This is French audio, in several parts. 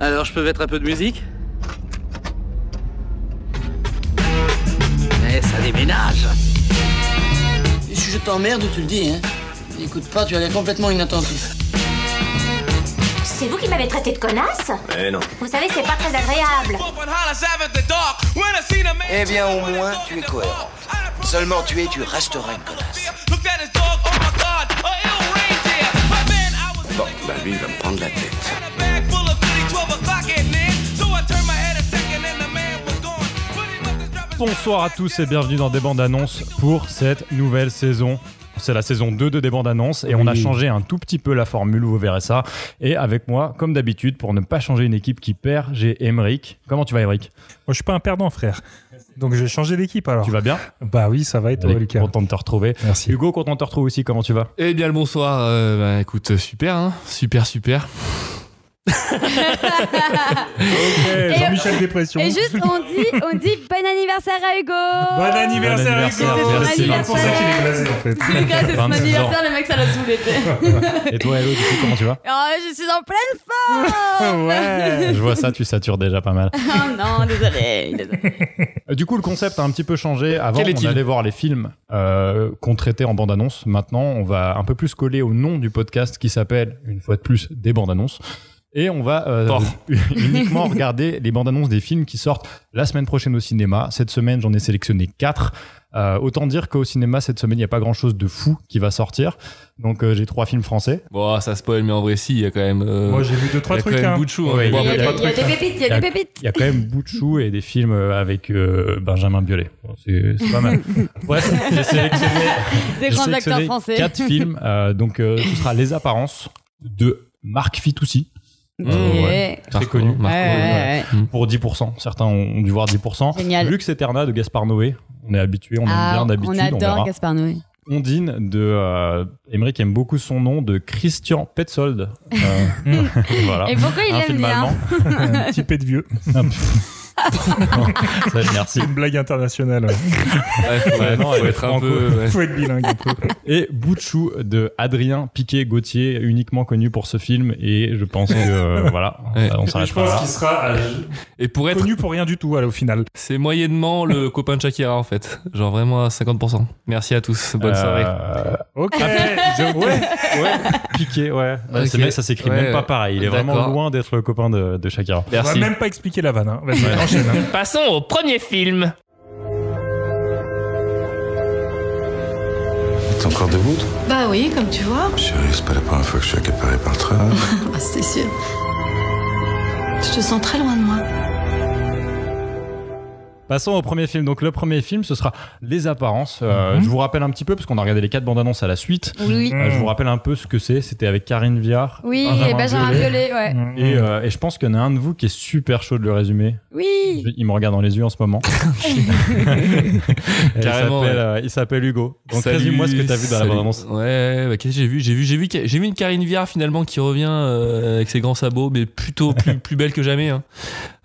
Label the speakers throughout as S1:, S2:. S1: Alors, je peux mettre un peu de musique Eh, ça déménage
S2: Si je t'emmerde, tu le dis, hein. Écoute pas, tu as l'air complètement inattentif.
S3: C'est vous qui m'avez traité de connasse
S4: Eh non.
S3: Vous savez, c'est pas très agréable.
S5: Eh bien, au moins, tu es cohérent. Seulement tu es, tu resteras une connasse.
S4: oh Bon,
S5: ben,
S4: bah lui, il va me prendre la tête.
S6: Bonsoir à tous et bienvenue dans Des Bandes Annonces pour cette nouvelle saison. C'est la saison 2 de Des Bandes Annonces et on a changé un tout petit peu la formule, vous verrez ça. Et avec moi, comme d'habitude, pour ne pas changer une équipe qui perd, j'ai Emeric. Comment tu vas, Emeric
S7: Moi, je suis pas un perdant, frère. Donc, j'ai changé d'équipe alors.
S6: Tu vas bien
S7: Bah oui, ça va et toi,
S6: Allez,
S7: Lucas
S6: Content de te retrouver.
S7: Merci.
S6: Hugo, content de te retrouver aussi. Comment tu vas
S8: Eh bien le bonsoir, euh, bah écoute, super, hein, super, super.
S7: Ok, Jean-Michel Dépression.
S9: Et juste, Oh. on dit, on dit bon anniversaire à Hugo
S7: Bon anniversaire,
S6: Bon
S7: Hugo
S6: anniversaire,
S7: C'est
S9: merci.
S7: pour ça qu'il est blasé en fait.
S9: Lucas, c'est son
S6: 26 ans.
S9: anniversaire, le mec, ça l'a saoulé. t'sais.
S6: Et toi, Hello, du coup, comment tu vas
S9: Oh, je suis en pleine forme
S7: Ouais
S6: Je vois ça, tu satures déjà pas mal.
S9: Oh non, désolé, désolé.
S6: Euh, Du coup, le concept a un petit peu changé. Avant,
S8: Quel
S6: on
S8: est-il
S6: allait voir les films euh, qu'on traitait en bande-annonce. Maintenant, on va un peu plus coller au nom du podcast qui s'appelle, une fois de plus, des bandes-annonces. Et on va euh,
S8: Porc.
S6: uniquement regarder les bandes-annonces des films qui sortent la semaine prochaine au cinéma. Cette semaine, j'en ai sélectionné quatre. Euh, autant dire qu'au cinéma, cette semaine, il n'y a pas grand-chose de fou qui va sortir. Donc, euh, j'ai trois films français.
S8: Bon, ah, ça spoil, mais en vrai, si, il y a quand même. euh,
S7: Moi, j'ai vu deux,
S8: il y
S7: trois
S8: a quand
S7: trucs.
S8: même
S7: hein.
S8: bout de chou. hein.
S6: Ouais,
S8: Bon,
S9: Il y a,
S8: après,
S9: il y a-
S8: trois
S9: il y a
S8: trucs.
S9: des pépites, il y a des pépites.
S6: Il y a quand même Bouchou et des films euh, avec euh, Benjamin Biolay. Bon, C'est c'est pas mal. Bref, j'ai sélectionné
S9: Des
S6: J'ai
S9: grands acteurs
S6: sélectionné
S9: français.
S6: Quatre films. euh, donc, euh, ce sera Les Apparences de Marc Fitoussi
S9: Ok.
S8: Euh,
S9: ouais.
S8: Marco,
S6: connu.
S8: Marco, euh, ouais.
S9: ouais, ouais.
S6: pour 10%. Certains ont, ont dû voir 10%.
S9: Génial.
S6: Lux Eterna de Gaspard Noé. On est habitué, on
S9: Ah,
S6: aime bien d'habitude.
S9: on
S6: On, verra.
S9: adore Gaspard Noé.
S6: Ondine de euh, Emmerich aime beaucoup son nom de Christian Petzold. Euh, voilà.
S9: Et pourquoi il
S6: Ah. Un
S9: aime
S6: film
S9: bien
S6: allemand.
S7: Un petit pet de vieux.
S6: Ça, merci.
S7: C'est une blague internationale. ouais.
S8: Ouais, faut-
S6: Ouais, non,
S8: faut
S6: elle est
S8: être un
S6: franco.
S8: peu. ouais.
S7: Faut être bilingue un peu.
S6: Et Bouchou de Adrien Piquet-Gauthier, uniquement connu pour ce film. Et je pense que euh, voilà,
S8: Ouais.
S6: on
S7: Et
S6: s'arrête
S7: je
S6: pas
S7: pense
S6: là.
S7: qu'il sera euh,
S8: Et pour être,
S7: connu pour rien du tout, alors, au final.
S8: c'est moyennement le copain de Shakira en fait. Genre vraiment à 50%. Merci à tous, bonne soirée.
S6: Euh,
S7: Ok
S6: ouais, ouais. Piqué, ouais.
S8: Ok.
S6: Ce mec, ça s'écrit
S8: Ouais,
S6: même pas pareil. Il est vraiment
S8: d'accord.
S6: loin d'être le copain de, de Shakira.
S7: On va
S8: Merci.
S7: même pas expliquer la vanne. hein. Vas-y, enchaîne. hein.
S10: Passons au premier film.
S4: T'es encore debout, toi
S11: Bah oui, comme tu vois.
S4: Chérie, c'est pas la première fois que je suis accaparé par le train.
S11: Ah, c'est sûr. Je te sens très loin de moi.
S6: Passons au premier film. Donc, le premier film, ce sera Les Apparences. Euh,
S8: Mhm.
S6: Je vous rappelle un petit peu, parce qu'on a regardé les quatre bandes annonces à la suite.
S9: Oui.
S6: Euh, je vous rappelle un peu ce que c'est. C'était avec Karine Viard.
S9: Oui, et Benjamin
S6: Biolay.
S9: Violet, ouais.
S7: Mm,
S6: Et, euh, et je pense qu'il y en a un de vous qui est super chaud de le résumer.
S9: Oui.
S6: Il me regarde dans les yeux en ce moment. Et il
S8: Carrément,
S6: s'appelle,
S8: ouais.
S6: euh, il s'appelle Hugo. Donc
S8: Salut,
S6: résume-moi ce que t'as vu dans la
S8: salut.
S6: bande annonce.
S8: Ouais, bah, qu'est-ce que j'ai vu J'ai vu, j'ai vu, que- j'ai vu une Karine Viard finalement qui revient euh, avec ses grands sabots, mais plutôt plus, plus belle que jamais. hein.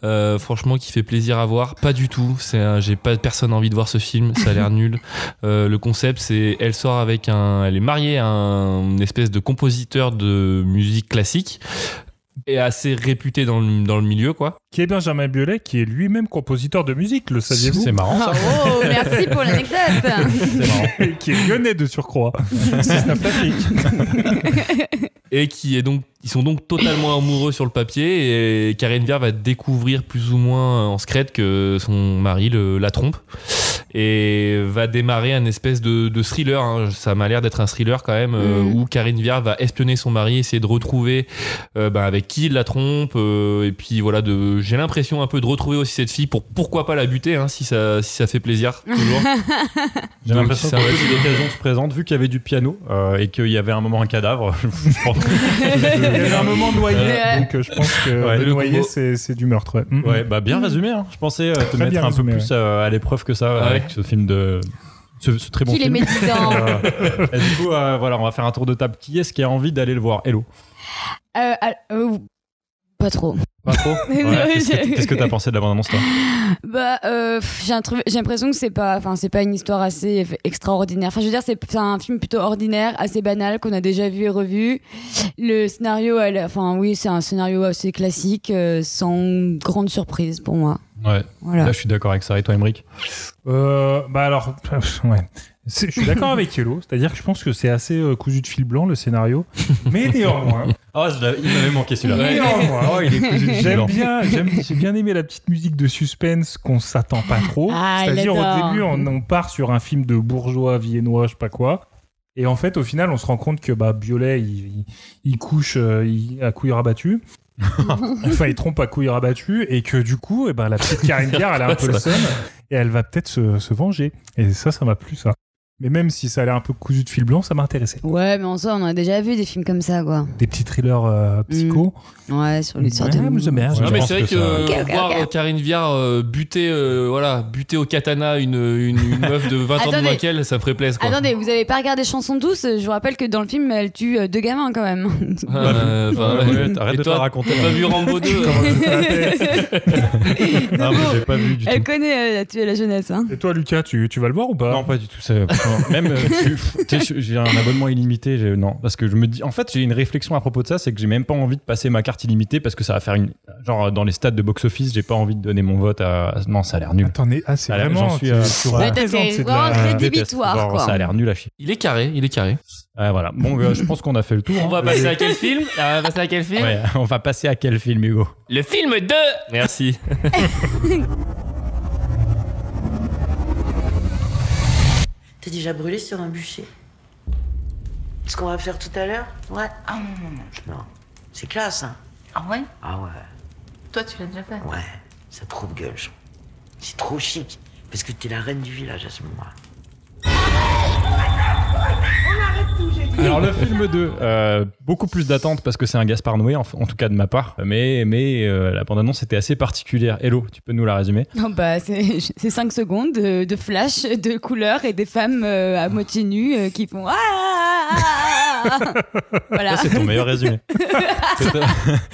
S8: Euh, franchement, qui fait plaisir à voir. Pas du tout. C'est, un- j'ai pas personne a envie de voir ce film. Ça a l'air nul. Euh, le concept, c'est elle sort avec un, elle est mariée à un une espèce de compositeur de musique classique et assez réputé dans le, dans le milieu, quoi.
S7: Qui est Benjamin Biolay, qui est lui-même compositeur de musique, le saviez-vous
S6: C'est marrant, ça.
S9: Oh, merci pour l'anecdote.
S6: C'est marrant.
S7: Et qui est lyonnais de surcroît. C'est Snap
S8: et qui est donc ils sont donc totalement amoureux sur le papier et Karine Viard va découvrir plus ou moins en secret que son mari le- la trompe et va démarrer un espèce de, de thriller hein. ça m'a l'air d'être un thriller quand même euh,
S9: Mm.
S8: où Karine Viard va espionner son mari essayer de retrouver euh, bah, avec qui il la trompe euh, et puis voilà de j'ai l'impression un peu de retrouver aussi cette fille pour pourquoi pas la buter hein, si ça si ça fait plaisir toujours
S6: J'ai
S8: Donc,
S6: l'impression que
S8: ça va être-
S6: l'occasion se présente, vu qu'il y avait du piano euh, et qu'il y avait un moment un cadavre. je pense-
S7: Il y avait un moment noyé,
S9: Ouais.
S7: donc euh, je pense que
S6: Ouais,
S7: le
S8: le
S7: noyé,
S8: combo.
S7: c'est c'est du meurtre. ouais. Mm.
S6: ouais, bah bien résumé. hein. Je pensais euh, te
S7: Très
S6: mettre
S7: bien
S6: un
S7: résumé,
S6: peu plus euh, à l'épreuve que ça
S8: Ouais.
S6: avec ce film de. Ce, ce très bon
S9: Qu'il est
S6: film.
S9: médisant.
S6: Euh, et du coup, euh, voilà, on va faire un tour de table. Qui est-ce qui a envie d'aller le voir Hello.
S9: Euh, al- euh, Pas trop.
S6: Pas trop
S9: Mais
S6: Ouais,
S9: non,
S6: Qu'est-ce que
S9: j'ai-
S6: qu'est-ce que t'as pensé de la bande-annonce, toi
S9: Bah, euh, pff, j'ai un truc- j'ai l'impression que c'est pas, enfin, c'est pas une histoire assez eff- extraordinaire. Enfin, je veux dire, c'est c'est un film plutôt ordinaire, assez banal qu'on a déjà vu et revu. Le scénario, elle, enfin, oui, c'est un scénario assez classique, euh, sans grande surprise pour moi.
S6: Ouais,
S9: Voilà.
S6: là, je suis d'accord avec ça. Et toi, Emmerich
S7: Euh, bah alors, ouais. C'est- Je suis d'accord avec Yellow, c'est-à-dire que je pense que c'est assez euh, cousu de fil blanc le scénario, mais néanmoins,
S6: Ah, il m'avait manqué celui-là.
S7: néanmoins,
S6: il est cousu de fil
S7: j'aime
S6: blanc.
S7: bien, j'aime- j'ai bien aimé la petite musique de suspense qu'on s'attend pas trop.
S9: Ah, il
S7: C'est-à-dire au
S9: adore.
S7: début, on, on part sur un film de bourgeois viennois, je sais pas quoi. Et en fait, au final, on se rend compte que bah, Biolay, il, il- il couche euh, il- à couilles rabattues. enfin, il trompe à couilles rabattues. Et que du coup, eh ben, la petite Karine Pierre, elle a un peu le seum. Et elle va peut-être se, se venger. Et ça, ça m'a plu, ça. Mais même si ça a l'air un peu cousu de fil blanc, ça m'intéressait.
S9: Ouais, mais en soi, on en a déjà vu des films comme ça, quoi.
S7: Des petits thrillers euh,
S9: Mmh.
S7: psycho.
S9: Ouais, sur l'histoire de.
S7: Ouais, mais j'aime bien,
S6: Ouais,
S7: j'aime
S6: je
S8: Non mais
S6: pense
S8: c'est vrai
S6: que
S8: que,
S6: ça-
S8: euh,
S9: Ok, ok,
S8: voir
S9: ok.
S8: euh, Karine Viard euh, buter, euh, voilà, buter au katana une, une, une meuf de 20 ans de
S9: Attendez.
S8: moins qu'elle, ça ferait plaisir. Quoi.
S9: Attendez, vous avez pas regardé Chanson douce Je vous rappelle que dans le film, elle tue euh, deux gamins quand même.
S8: Euh, enfin,
S6: Ouais, ouais,
S8: Et
S6: Arrête de te
S8: toi,
S6: la raconter.
S8: T'as pas vu Rambo euh 2
S6: Ah, mais j'ai pas vu du
S9: Elle
S6: tout.
S9: connaît, euh, elle a tué la jeunesse. Hein.
S7: Et toi, Lucas, tu, tu vas le voir ou pas
S6: Non, pas du tout. ça- Même, euh, tu- tu sais, j'ai un abonnement illimité. j'ai- Non, parce que je me dis. En fait, j'ai une réflexion à propos de ça, c'est que j'ai même pas envie de passer ma carte illimitée parce que ça va faire une. Genre dans les stades de box-office, j'ai pas envie de donner mon vote à. Non, ça a l'air nul.
S7: Attendez, ah, c'est
S6: Ah, là,
S7: vraiment.
S6: j'en suis,
S7: tu-
S6: euh,
S7: tu
S6: sur-
S7: représentes,
S9: Ouais, t'es
S7: c'est de
S9: vraiment
S7: la-
S9: très
S6: Je déteste.
S9: débitoire,
S6: Genre,
S9: quoi.
S6: Ça a l'air nul à chier.
S8: Il est carré, il est carré.
S6: Ah, voilà. Bon, euh, je pense qu'on a fait le tour. hein.
S8: On va passer à quel film On va passer à quel film
S6: Ouais, on va passer à quel film, Hugo
S8: Le film de Merci.
S10: T'es déjà brûlé sur un bûcher. Ce qu'on va faire tout à l'heure Ouais. Ah non, non, non. Non. C'est classe, hein
S11: Ah ouais
S10: Ah ouais,
S11: Toi, tu l'as déjà fait
S10: ouais. Ça trop de gueule, je- C'est trop chic. Parce que t'es la reine du village à ce moment-là.
S6: Alors le film 2, euh, beaucoup plus d'attente parce que c'est un Gaspard Noé, en, en tout cas de ma part. Mais, mais euh, la bande-annonce était assez particulière. Hello, tu peux nous la résumer
S9: Non, bah, c'est 5 secondes de, de flash, de couleurs et des femmes euh, à moitié nues euh, qui font. Ah, ah, ah, ah, ah. voilà.
S6: Ça, c'est ton meilleur résumé. C'est ta-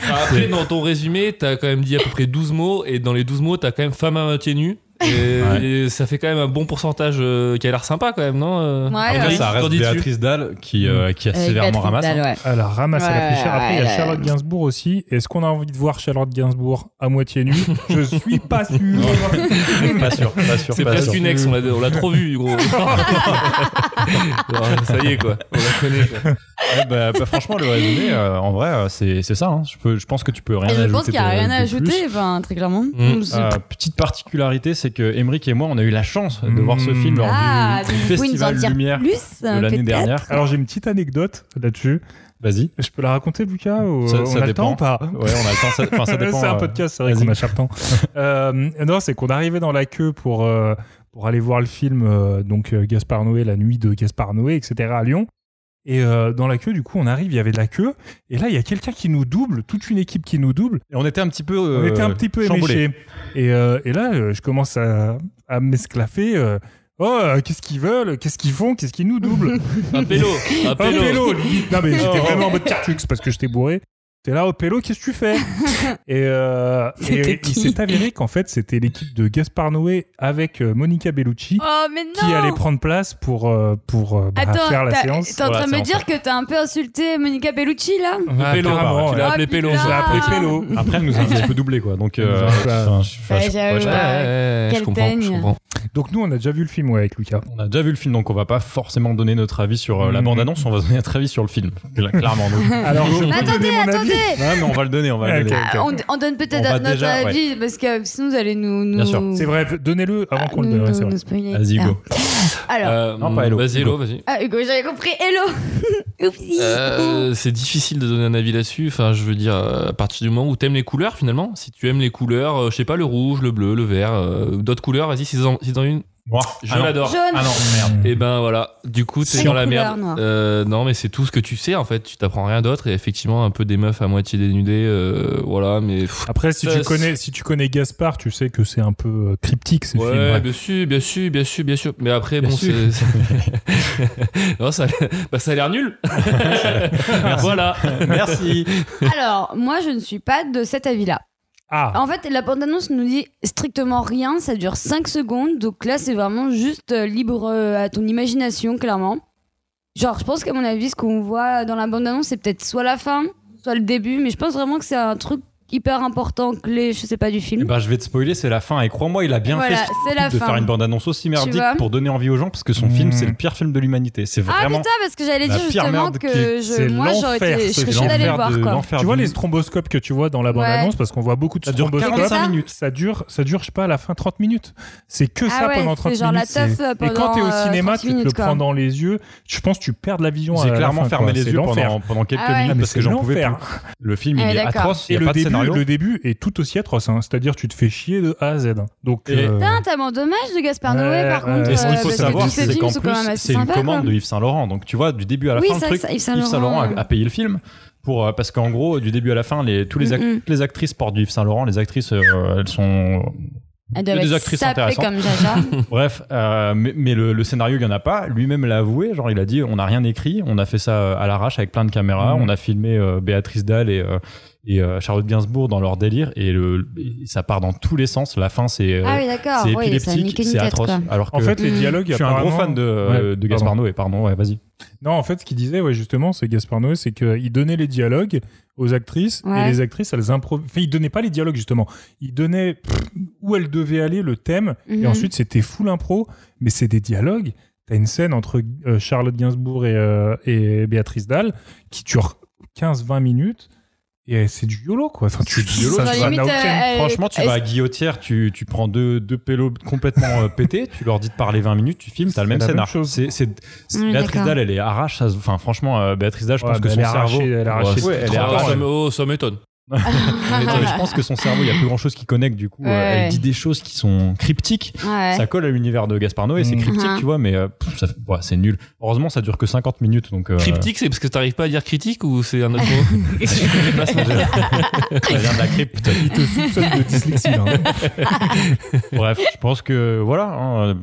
S8: Après, dans ton résumé, t'as quand même dit à peu près 12 mots, et dans les 12 mots, t'as quand même femme à moitié nue. Et,
S6: Ouais.
S8: et ça fait quand même un bon pourcentage euh, qui a l'air sympa quand même, non euh
S9: Ouais,
S6: Après,
S9: ouais.
S6: ça
S8: Qu'en
S6: reste
S8: dis-tu
S6: Béatrice Dalle qui, euh,
S7: Mmh.
S6: qui a
S9: Avec
S6: sévèrement
S9: Patrick
S6: ramassé. hein.
S9: Dalle, ouais.
S7: Elle a ramassé Ah, la
S9: Ouais,
S7: poussière. Après, il y
S9: ouais,
S7: a
S9: ouais.
S7: Charlotte Gainsbourg aussi. Est-ce qu'on a envie de voir Charlotte Gainsbourg à moitié nue Je suis pas sûr.
S6: Pas sûr, pas sûr.
S8: C'est
S6: pas
S8: presque
S6: sûr.
S8: une ex, on l'a, on l'a trop vu, gros. Alors, ça y est, quoi. On la connaît, quoi.
S6: Ouais, bah, bah, franchement, le résumé, euh, en vrai, euh, c'est c'est ça. hein. Je, peux, je pense que tu peux rien
S9: Et
S6: ajouter.
S9: je pense qu'il n'y a
S6: de-
S9: rien à
S6: de plus.
S9: ajouter, enfin, très clairement. Mmh,
S8: Mm.
S9: C'est-
S6: Euh, petite particularité, c'est que Emeric et moi, on a eu la chance de voir ce
S7: Mmh.
S6: film lors
S9: ah,
S6: du, du
S9: vous pouvez nous en
S6: festival
S9: dire
S6: Lumière
S9: plus
S6: de l'année
S9: peut-être
S6: dernière.
S7: Alors, j'ai une petite anecdote là-dessus.
S6: Vas-y.
S7: Je peux la raconter, Lucas ou- euh,
S6: Ça-
S7: On
S6: ça
S7: a le temps ou pas
S6: Ouais, on a le temps. ça- Enfin, ça dépend.
S7: c'est un
S6: euh,
S7: podcast, c'est vrai
S6: vas-y.
S7: qu'on a cher temps. Euh, non, c'est qu'on arrivait dans la queue pour, euh, pour aller voir le film euh, donc euh, Gaspard Noé, la nuit de Gaspard Noé, etc. à Lyon. Et euh, dans la queue, du coup, on arrive, il y avait de la queue. Et là, il y a quelqu'un qui nous double, toute une équipe qui nous double.
S6: Et on était un petit peu.
S7: On
S6: euh,
S7: était un petit peu
S6: chamboulés.
S7: éméchés. Et, euh, et là, euh, je commence à, à m'esclaffer. euh, oh, euh, qu'est-ce qu'ils veulent Qu'est-ce qu'ils font Qu'est-ce qu'ils nous doublent
S8: Un pélo, un
S7: Un
S8: pélo.
S7: pélo, limite. Non, mais j'étais
S8: Oh.
S7: vraiment en mode cartux parce que j'étais bourré. T'es là, oh pélo, qu'est-ce que tu fais Et, euh, et
S9: C'était
S7: il
S9: qui
S7: s'est avéré qu'en fait, c'était l'équipe de Gaspard Noé avec euh, Monica Bellucci
S9: Oh, mais non
S7: qui allait prendre place pour, euh, pour euh, bah,
S9: Attends,
S7: faire la
S9: t'as-
S7: séance.
S9: t'es en
S6: Voilà,
S9: train de me
S6: c'est en
S9: dire que t'as un peu insulté Monica Bellucci, là
S7: Bah,
S8: Pélo,
S7: apparemment,
S8: tu
S7: ouais.
S8: l'as
S9: ouais.
S8: appelé
S9: Ah,
S8: pélo.
S9: putain.
S7: Je l'ai appelé pélo.
S6: Après, elle nous a un petit peu doublé, quoi. Donc, euh,
S7: Ouais,
S6: enfin, je- enfin, je-
S9: j'avoue,
S6: ouais, je-
S8: Ouais, ouais, ouais,
S9: Quelle
S8: je comprends, je
S9: teigne.
S8: comprends.
S7: Donc nous, on a déjà vu le film ouais, avec Lucas.
S6: on a déjà vu le film, donc on va pas forcément donner notre avis sur euh, la
S7: Mhm.
S6: bande-annonce, on va donner notre avis sur le film, Cla- clairement. donc.
S7: Alors, je peux
S9: Attendez,
S7: donner mon avis.
S9: attendez
S6: non, mais on va le donner, on va
S7: Ouais,
S6: le donner.
S7: ok, ok.
S9: Ah, on, on donne
S6: On
S9: peut-être
S6: va
S9: notre
S6: déjà, ouais.
S9: avis parce que sinon vous allez nous, nous...
S6: Bien sûr,
S7: C'est vrai, donnez-le avant qu'on le donne.
S9: nous-
S7: ouais, c'est vrai.
S9: nous spoiler. Ah,
S6: Vas-y, go.
S9: Alors,
S8: Euh,
S6: Non, pas Hello.
S8: Vas-y, Hello, vas-y.
S9: ah, Hugo, j'avais compris. Hello Oupsie
S8: Euh, c'est difficile de donner un avis là-dessus. Enfin, je veux dire, euh, à partir du moment où t'aimes les couleurs, finalement, si tu aimes les couleurs, euh, je sais pas, le rouge, le bleu, le vert, euh, d'autres couleurs, vas-y, si t'en si t'en as une,
S6: Noir.
S8: Je
S6: Ah non.
S8: l'adore.
S9: Jaune. Ah non,
S6: merde.
S8: Et ben voilà. Du coup,
S9: C'est
S8: t'es dans
S9: une
S8: la
S9: couleur
S8: merde.
S9: noire.
S8: Euh, non, mais c'est tout ce que tu sais en fait. Tu t'apprends rien d'autre. Et effectivement, un peu des meufs à moitié dénudées. euh, voilà, mais. pff,
S7: Après, si
S8: ça,
S7: tu, connais, si tu connais Gaspard, tu sais que c'est un peu euh, cryptique ces
S8: Ouais,
S7: films. ouais.
S8: bien sûr, bien sûr, bien sûr, bien sûr. Mais après,
S7: Bien
S8: bon,
S7: sûr.
S8: c'est. c'est- non, ça, bah, ça a l'air nul. Voilà. Merci.
S9: Alors, moi, je ne suis pas de cet avis-là.
S7: Ah,
S9: En fait, la bande-annonce nous dit strictement rien, ça dure 5 secondes, donc là, c'est vraiment juste euh, libre euh, à ton imagination, clairement. Genre, je pense qu'à mon avis, ce qu'on voit dans la bande-annonce, c'est peut-être soit la fin, soit le début, mais je pense vraiment que c'est un truc hyper important, clé, je sais pas, du
S6: Eh
S9: film.
S6: ben, je vais te spoiler, c'est la fin. Et crois-moi, il a bien
S9: Voilà,
S6: fait ce
S9: c'est la
S6: truc de
S9: fin.
S6: faire une bande-annonce aussi merdique
S9: vois
S6: pour donner envie aux gens, parce que son
S7: Mmh.
S6: film, c'est le pire film de l'humanité. C'est
S9: ah
S6: vraiment.
S9: putain, parce que j'allais
S6: la
S9: dire
S6: pire
S9: justement
S6: merde
S9: que
S6: qui-
S9: je,
S7: c'est
S9: moi, j'aurais
S7: l'enfer,
S9: été, je
S7: ce
S9: serais
S7: film.
S9: chaude d'aller le voir,
S6: de-
S9: quoi.
S6: l'enfer
S7: tu vois
S6: du-
S7: les stromboscopes que tu vois dans la bande-annonce parce qu'on voit beaucoup de
S6: Ça dure
S7: stromboscopes.
S9: 45
S6: minutes.
S7: Ça dure, ça dure, je sais pas, à la fin 30 minutes. C'est que
S9: Ah
S7: ça
S9: ouais,
S7: pendant
S9: c'est
S7: 30 minutes.
S9: genre la
S7: c'est-
S9: teuf, euh,
S7: Et quand t'es au
S9: pendant, euh,
S7: cinéma,
S9: 30
S7: tu te le
S9: minutes, quoi.
S7: prends dans les yeux. Je pense que tu perds de la vision. à
S6: J'ai
S7: euh, la
S6: clairement
S7: fin,
S6: fermé
S7: quoi.
S6: les
S7: C'est
S6: yeux
S7: l'enfer.
S6: pendant, pendant quelques
S9: Ah ouais.
S6: minutes
S7: Mais
S6: parce
S7: c'est
S6: que j'en pouvais plus.
S7: l'enfer.
S6: Le film,
S9: Eh,
S6: il est
S9: d'accord.
S6: atroce. Il n'y
S7: Et
S6: a
S7: le
S6: pas de
S7: début,
S6: scénario.
S7: le début est tout aussi atroce. hein. C'est-à-dire, tu te fais chier de A à Z. Donc,
S6: Et-
S7: euh,
S9: Putain, t'as mon dommage de Gaspard
S7: Ouais,
S9: Noé, par
S7: ouais.
S9: contre.
S6: Et ce qu'il
S9: euh,
S6: faut
S9: parce que
S6: savoir,
S9: tous ces
S6: c'est
S9: films
S6: qu'en
S9: sont quand même
S6: plus,
S9: assez
S6: c'est une
S9: sympas, quoi.
S6: commande de Yves Saint Laurent. Donc, tu vois, du début à la
S9: Oui,
S6: fin, le
S9: ça,
S6: truc,
S9: ça,
S6: Yves Saint Laurent a, a payé le film. Pour, euh, parce qu'en gros, du début à la fin, les, tous les ac-
S9: Mm-mm.
S6: toutes les actrices portent du Yves Saint Laurent. Les actrices, euh, elles sont.
S9: Elles doivent
S6: Des
S9: être
S6: actrices
S9: sapées
S6: intéressantes.
S9: comme Jaja.
S6: Bref, euh, mais, mais le, le scénario, il n'y en a pas. Lui-même l'a avoué. Genre, il a dit on n'a rien écrit. On a fait ça euh, à l'arrache avec plein de caméras.
S7: Mm.
S6: On a filmé euh, Béatrice Dalle et. euh, et euh, Charlotte Gainsbourg dans leur délire et le, et ça part dans tous les sens la fin c'est euh,
S9: Ah oui, d'accord. Oui,
S6: c'est
S9: ça a
S6: épileptique
S9: niqué une
S6: c'est
S9: tête,
S6: atroce
S9: quoi.
S6: alors que
S7: en fait, les
S9: Mm.
S7: dialogues.
S6: je suis un gros
S7: apparemment-
S6: fan de, euh,
S7: Ouais,
S6: de Gaspard
S7: pardon.
S6: Noé pardon ouais vas-y
S7: Non, en fait, ce qu'il disait, ouais, justement, c'est Gaspard Noé, c'est qu'il donnait les dialogues aux actrices
S9: Ouais.
S7: et les actrices, elles improvisaient. Enfin, il donnait pas les dialogues, justement. Il donnait pff, où elles devaient aller, le thème, et
S9: Mhm.
S7: ensuite, c'était full impro, mais c'est des dialogues. T'as une scène entre euh, Charlotte Gainsbourg et, euh, et Béatrice Dalle qui dure 15-20 minutes. Et c'est du YOLO, quoi. Enfin, tu,
S6: du YOLO.
S7: ça,
S9: Genre,
S7: ça
S9: limite,
S7: n'a aucun-
S9: euh, elle-
S6: Franchement, tu
S9: est-ce-
S6: vas à Guillotière, tu, tu prends deux, deux pélos complètement euh, pétés, tu leur dis de parler 20 minutes, tu filmes, t'as le
S7: C'est
S6: même
S7: la même
S6: scénar.
S7: chose.
S6: C'est, c'est, c'est-
S9: Ouais,
S6: Béatrice
S9: d'accord.
S6: Dalle, elle est arrache. ça se- Enfin, franchement, euh, Béatrice Dalle, je
S7: Ouais,
S6: pense que
S7: mais
S6: son
S7: elle est
S6: cerveau.
S7: arrachée, elle est arrachée.
S6: Ouais, elle est
S7: Trop
S8: Ah,
S6: arrachée.
S8: ça me- oh, ça m'étonne.
S6: Mais attends, mais je pense que son cerveau, il n'y a plus grand chose qui connecte. Du coup, euh,
S9: Ouais.
S6: elle dit des choses qui sont cryptiques.
S9: Ouais.
S6: Ça colle à l'univers de Gaspar Noé, c'est
S7: Mm.
S6: cryptique,
S9: Mhm.
S6: tu vois, mais euh, pff, ça fait- ouais, c'est nul. Heureusement, ça dure que 50 minutes. Donc, euh,
S8: Cryptique, c'est parce que t'arrives pas à dire critique ou c'est un autre mot Je me place, moi, je-
S6: ça vient de la crypte.
S7: Il te soupçonne de dyslexie, là, hein.
S6: Bref, je pense que voilà. hein, euh,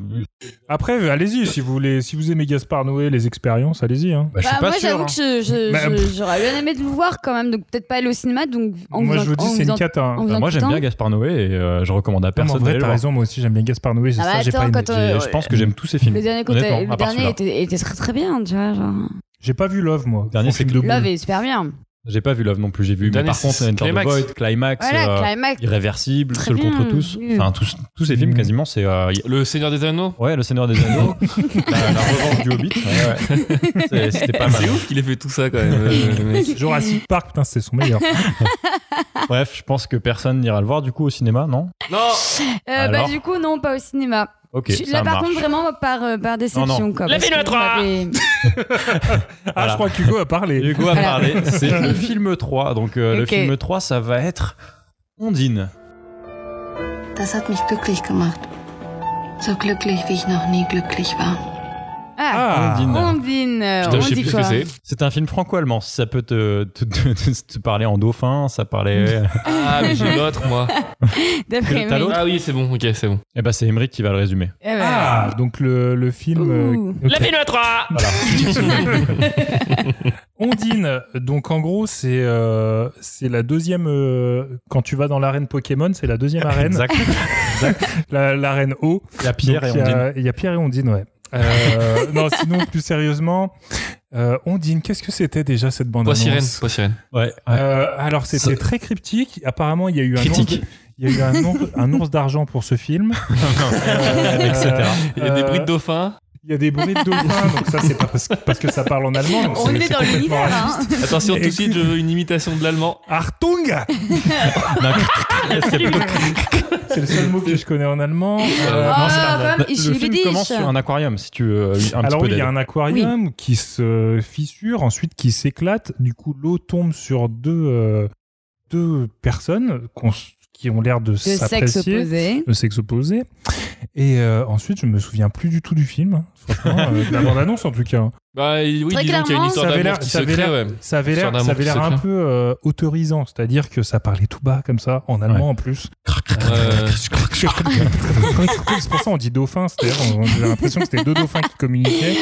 S7: Après, allez-y, si vous, voulez, si vous aimez Gaspard Noé, les expériences, allez-y. hein.
S6: bah, je suis
S9: Bah,
S6: pas
S9: moi,
S6: sûr.
S9: j'avoue
S6: hein.
S9: que je- je-
S7: Bah,
S9: je- j'aurais bien aimé de le voir quand même, donc peut-être pas aller au cinéma. Donc en
S7: Moi,
S9: faisant-
S7: je vous dis,
S9: en
S7: c'est une
S9: faisant-
S7: cata. hein.
S9: en faisant
S6: Bah, moi, j'aime
S9: tout le
S6: bien Gaspard Noé et euh, je recommande à
S7: Non, mais en
S6: personne
S7: vrai,
S6: d'aller le
S7: t'as
S6: voir.
S7: raison, moi aussi j'aime bien Gaspard Noé, c'est
S9: Ah bah
S7: ça, j'ai pas,
S9: attends,
S7: aimé.
S9: quand on-
S6: J'ai- Je pense que j'aime tous ces films.
S9: Le dernier, côté,
S6: honnêtement,
S9: le
S6: à part
S9: dernier
S6: celui-là.
S9: était, était très très bien, tu vois. Genre.
S7: J'ai pas vu Love, moi.
S6: Dernier,
S7: Son film
S6: c'est
S7: de
S9: Love
S7: boule.
S9: est super bien.
S6: J'ai pas vu Love non plus, j'ai vu. Mais
S8: Dernier,
S6: par
S8: c'est-
S6: contre,
S8: c'est
S6: Enter the
S8: Climax.
S6: Void, Climax,
S9: Voilà,
S6: euh,
S9: Climax.
S6: Irréversible,
S9: Très
S6: Seul
S9: bien,
S6: contre tous.
S9: oui.
S6: Enfin, tous, tous ces films
S7: Mm.
S6: quasiment, c'est. euh, y-
S8: Le Seigneur des Anneaux
S6: Ouais, Le Seigneur des Anneaux, la, la revanche du Hobbit. Ouais, ouais. C'est- C'était pas mal.
S8: C'est ouf qu'il ait fait tout ça quand même. euh, le mec.
S7: Jurassic Park, putain, c'est son meilleur. Ah,
S6: Bref, je pense que personne n'ira le voir du coup au cinéma, non
S8: Non
S9: Euh, bah,
S6: Alors
S9: du coup, non, pas au cinéma.
S6: Ok.
S9: Je suis- Là,
S6: ça
S9: par
S6: marche.
S9: contre, vraiment par, euh, par déception.
S6: Non, non.
S9: Quoi,
S8: La
S9: parce
S8: ville
S9: que
S8: à trois.
S9: vous m'avez-
S7: Ah, je crois qu'Hugo a parlé.
S6: Hugo a
S9: Voilà.
S6: parlé, c'est le film 3. Donc, euh, le
S9: Ok.
S6: film 3, ça va être Ondine.
S11: Das hat mich glücklich gemacht. So glücklich, wie ich noch nie glücklich war.
S9: Ah,
S7: Ah,
S6: Ondine.
S9: Ondine. euh,
S8: Putain,
S9: on
S8: je sais
S9: dit
S8: plus ce
S9: quoi
S8: que c'est.
S6: C'est un film franco-allemand. Ça peut te, te- te- te parler en dauphin, ça parlait.
S8: Ah, mais j'ai l'autre moi.
S9: D'après
S6: T'as
S9: Emmerich.
S6: l'autre
S8: Ah oui, c'est bon, ok, c'est bon.
S6: Eh ben, c'est Emmerich qui va le résumer.
S9: Eh ben,
S7: Ah, donc le, le film. euh,
S9: Ouh.
S7: ok.
S8: à 3
S7: Ondine, donc en gros, c'est euh, c'est la deuxième. euh, quand tu vas dans l'arène Pokémon, c'est la deuxième arène.
S6: Exact.
S7: La- L'arène eau.
S6: Il y a Pierre
S7: Donc,
S6: et
S7: il y
S6: Ondine.
S7: a- Il y a Pierre et Ondine, ouais. Euh, non, sinon, plus sérieusement, euh, Ondine, qu'est-ce que c'était déjà cette bande
S8: Pas
S7: annonce
S8: sirène, pas sirène.
S6: Ouais.
S7: Euh, alors c'était
S6: Ça-
S7: très cryptique. Apparemment, il y a eu un ours,
S6: Critique.
S7: de- il y a eu un ours, un ours d'argent pour ce film, Euh,
S6: Etc.
S8: Il y a des
S7: euh,
S8: bruits de dauphins.
S7: Il y a des bruits de dauphins, donc ça c'est pas parce que, parce que ça parle en allemand. donc
S9: On
S7: c'est-
S9: est
S7: c'est
S9: dans
S7: complètement
S9: l'univers,
S7: raciste.
S9: hein.
S8: Attention, tout de suite, je veux une imitation de l'allemand.
S7: Achtung, c'est le seul mot que je connais en allemand. Euh,
S9: Ah,
S6: non, c'est pas
S9: quand
S6: vrai.
S9: même, ich
S6: le film
S9: liebe dich.
S6: commence sur un aquarium, si tu veux. euh, Un
S7: Alors
S6: petit
S7: oui,
S6: peu
S7: il y a
S6: d'aide.
S7: un aquarium qui se fissure, ensuite qui s'éclate. Du coup, l'eau tombe sur deux euh, deux personnes qu'on s- qui ont l'air de
S9: De sexe
S7: s'apprécier.
S9: opposé.
S7: le sexe opposé. Et euh, ensuite, je me souviens plus du tout du film, franchement, euh, de la bande-annonce en tout cas.
S8: Bah oui,
S7: Très
S8: disons qu'il y a une
S7: clairement,
S8: histoire
S7: ça avait
S8: d'amour
S7: l'air-
S8: qui
S7: ça
S8: se
S7: avait
S8: crée,
S7: l'air-
S8: ouais.
S7: Ça avait l'air,
S8: Histoire d'amour
S7: ça avait
S8: qui se
S7: l'air un
S8: crée.
S7: peu euh, autorisant, c'est-à-dire que ça parlait tout bas comme ça, en allemand en plus.
S8: Euh,
S7: C'est pour ça on dit dauphin, c'est-à-dire on- on avait l'impression que c'était deux dauphins qui communiquaient.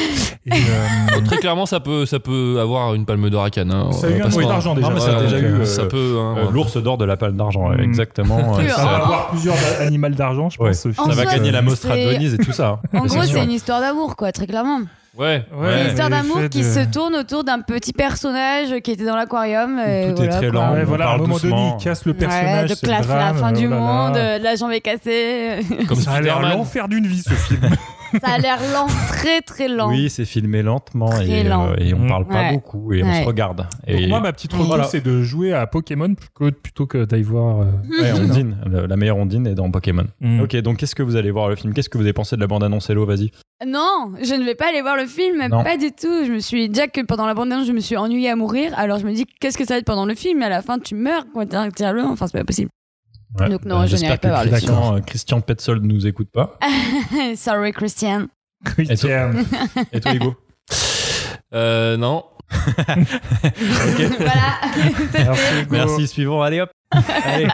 S7: Et, euh,
S8: Très clairement, ça peut, ça peut avoir une palme d'or à Cannes. hein.
S7: Ça a eu
S8: On va
S7: un
S8: pas se
S7: prix
S8: mentir.
S7: d'argent déjà.
S8: Ouais,
S7: Non, mais ça a
S8: ouais,
S7: déjà
S8: donc,
S7: eu,
S8: euh,
S7: euh,
S8: Ça peut. hein,
S6: Euh,
S8: ouais.
S6: L'ours d'or de la palme d'argent, ouais,
S7: Mm.
S6: exactement.
S9: Sûr. Oh.
S6: ouais,
S7: ça va
S6: ça,
S7: avoir plusieurs animaux d'argent, je pense.
S6: ouais,
S7: ce
S6: ça
S7: film.
S9: En
S6: va
S9: soi,
S6: gagner la Mostra de
S9: c'est-
S6: Venise et tout ça. hein.
S9: En gros,
S6: sûr.
S9: c'est une histoire d'amour, quoi, très clairement.
S8: Ouais.
S7: Ouais,
S9: C'est une histoire
S7: mais le
S9: d'amour
S7: fait
S9: qui
S7: de-
S9: se tourne autour d'un petit personnage qui était dans l'aquarium. et
S6: Tout est
S9: voilà,
S6: très
S9: quoi.
S6: lent.
S7: Ouais,
S6: on
S7: voilà, à un
S6: parle
S7: moment donné,
S6: doucement.
S7: il casse le
S9: Ouais,
S7: personnage.
S9: de
S7: c'est
S9: classe,
S7: le
S9: la
S7: drame,
S9: fin du
S7: oh là là.
S9: monde, euh, la jambe est cassée.
S8: Comme
S7: Ça a l'air
S8: Spider-Man.
S7: l'enfer d'une vie ce film.
S9: Ça a l'air lent, très très lent.
S6: Oui, c'est filmé lentement
S9: Très
S6: et,
S9: lent.
S6: euh, et on parle pas
S9: Ouais.
S6: beaucoup et on
S9: Ouais.
S6: se regarde.
S7: Donc
S6: Et
S7: moi, ma petite
S9: Voilà.
S7: recoupe, c'est de jouer à Pokémon plus que- plutôt que d'aller voir. euh,
S6: Ouais, Ondine, la la meilleure Ondine est dans Pokémon.
S7: Mm.
S6: Ok, donc qu'est-ce que vous allez voir le film Qu'est-ce que vous avez pensé de la bande-annonce Hello Vas-y.
S9: Non, je ne vais pas aller voir le film,
S6: Non.
S9: pas du tout. Je me suis déjà que pendant la bande-annonce, je me suis ennuyée à mourir. Alors je me dis, qu'est-ce que ça va être pendant le film Et à la fin, tu meurs, quoi, directement. Enfin, c'est pas possible.
S6: Ouais.
S9: Donc non, je n'irai
S6: J'espère
S9: pas voir
S6: que
S9: le film. Ah.
S6: Christian, euh, Christian Petzold nous écoute pas.
S9: Sorry, Christian.
S7: Christian.
S6: Et toi, Hugo
S8: Euh, non.
S9: voilà,
S7: Merci, Hugo.
S6: Merci, suivant. Allez, hop. Allez.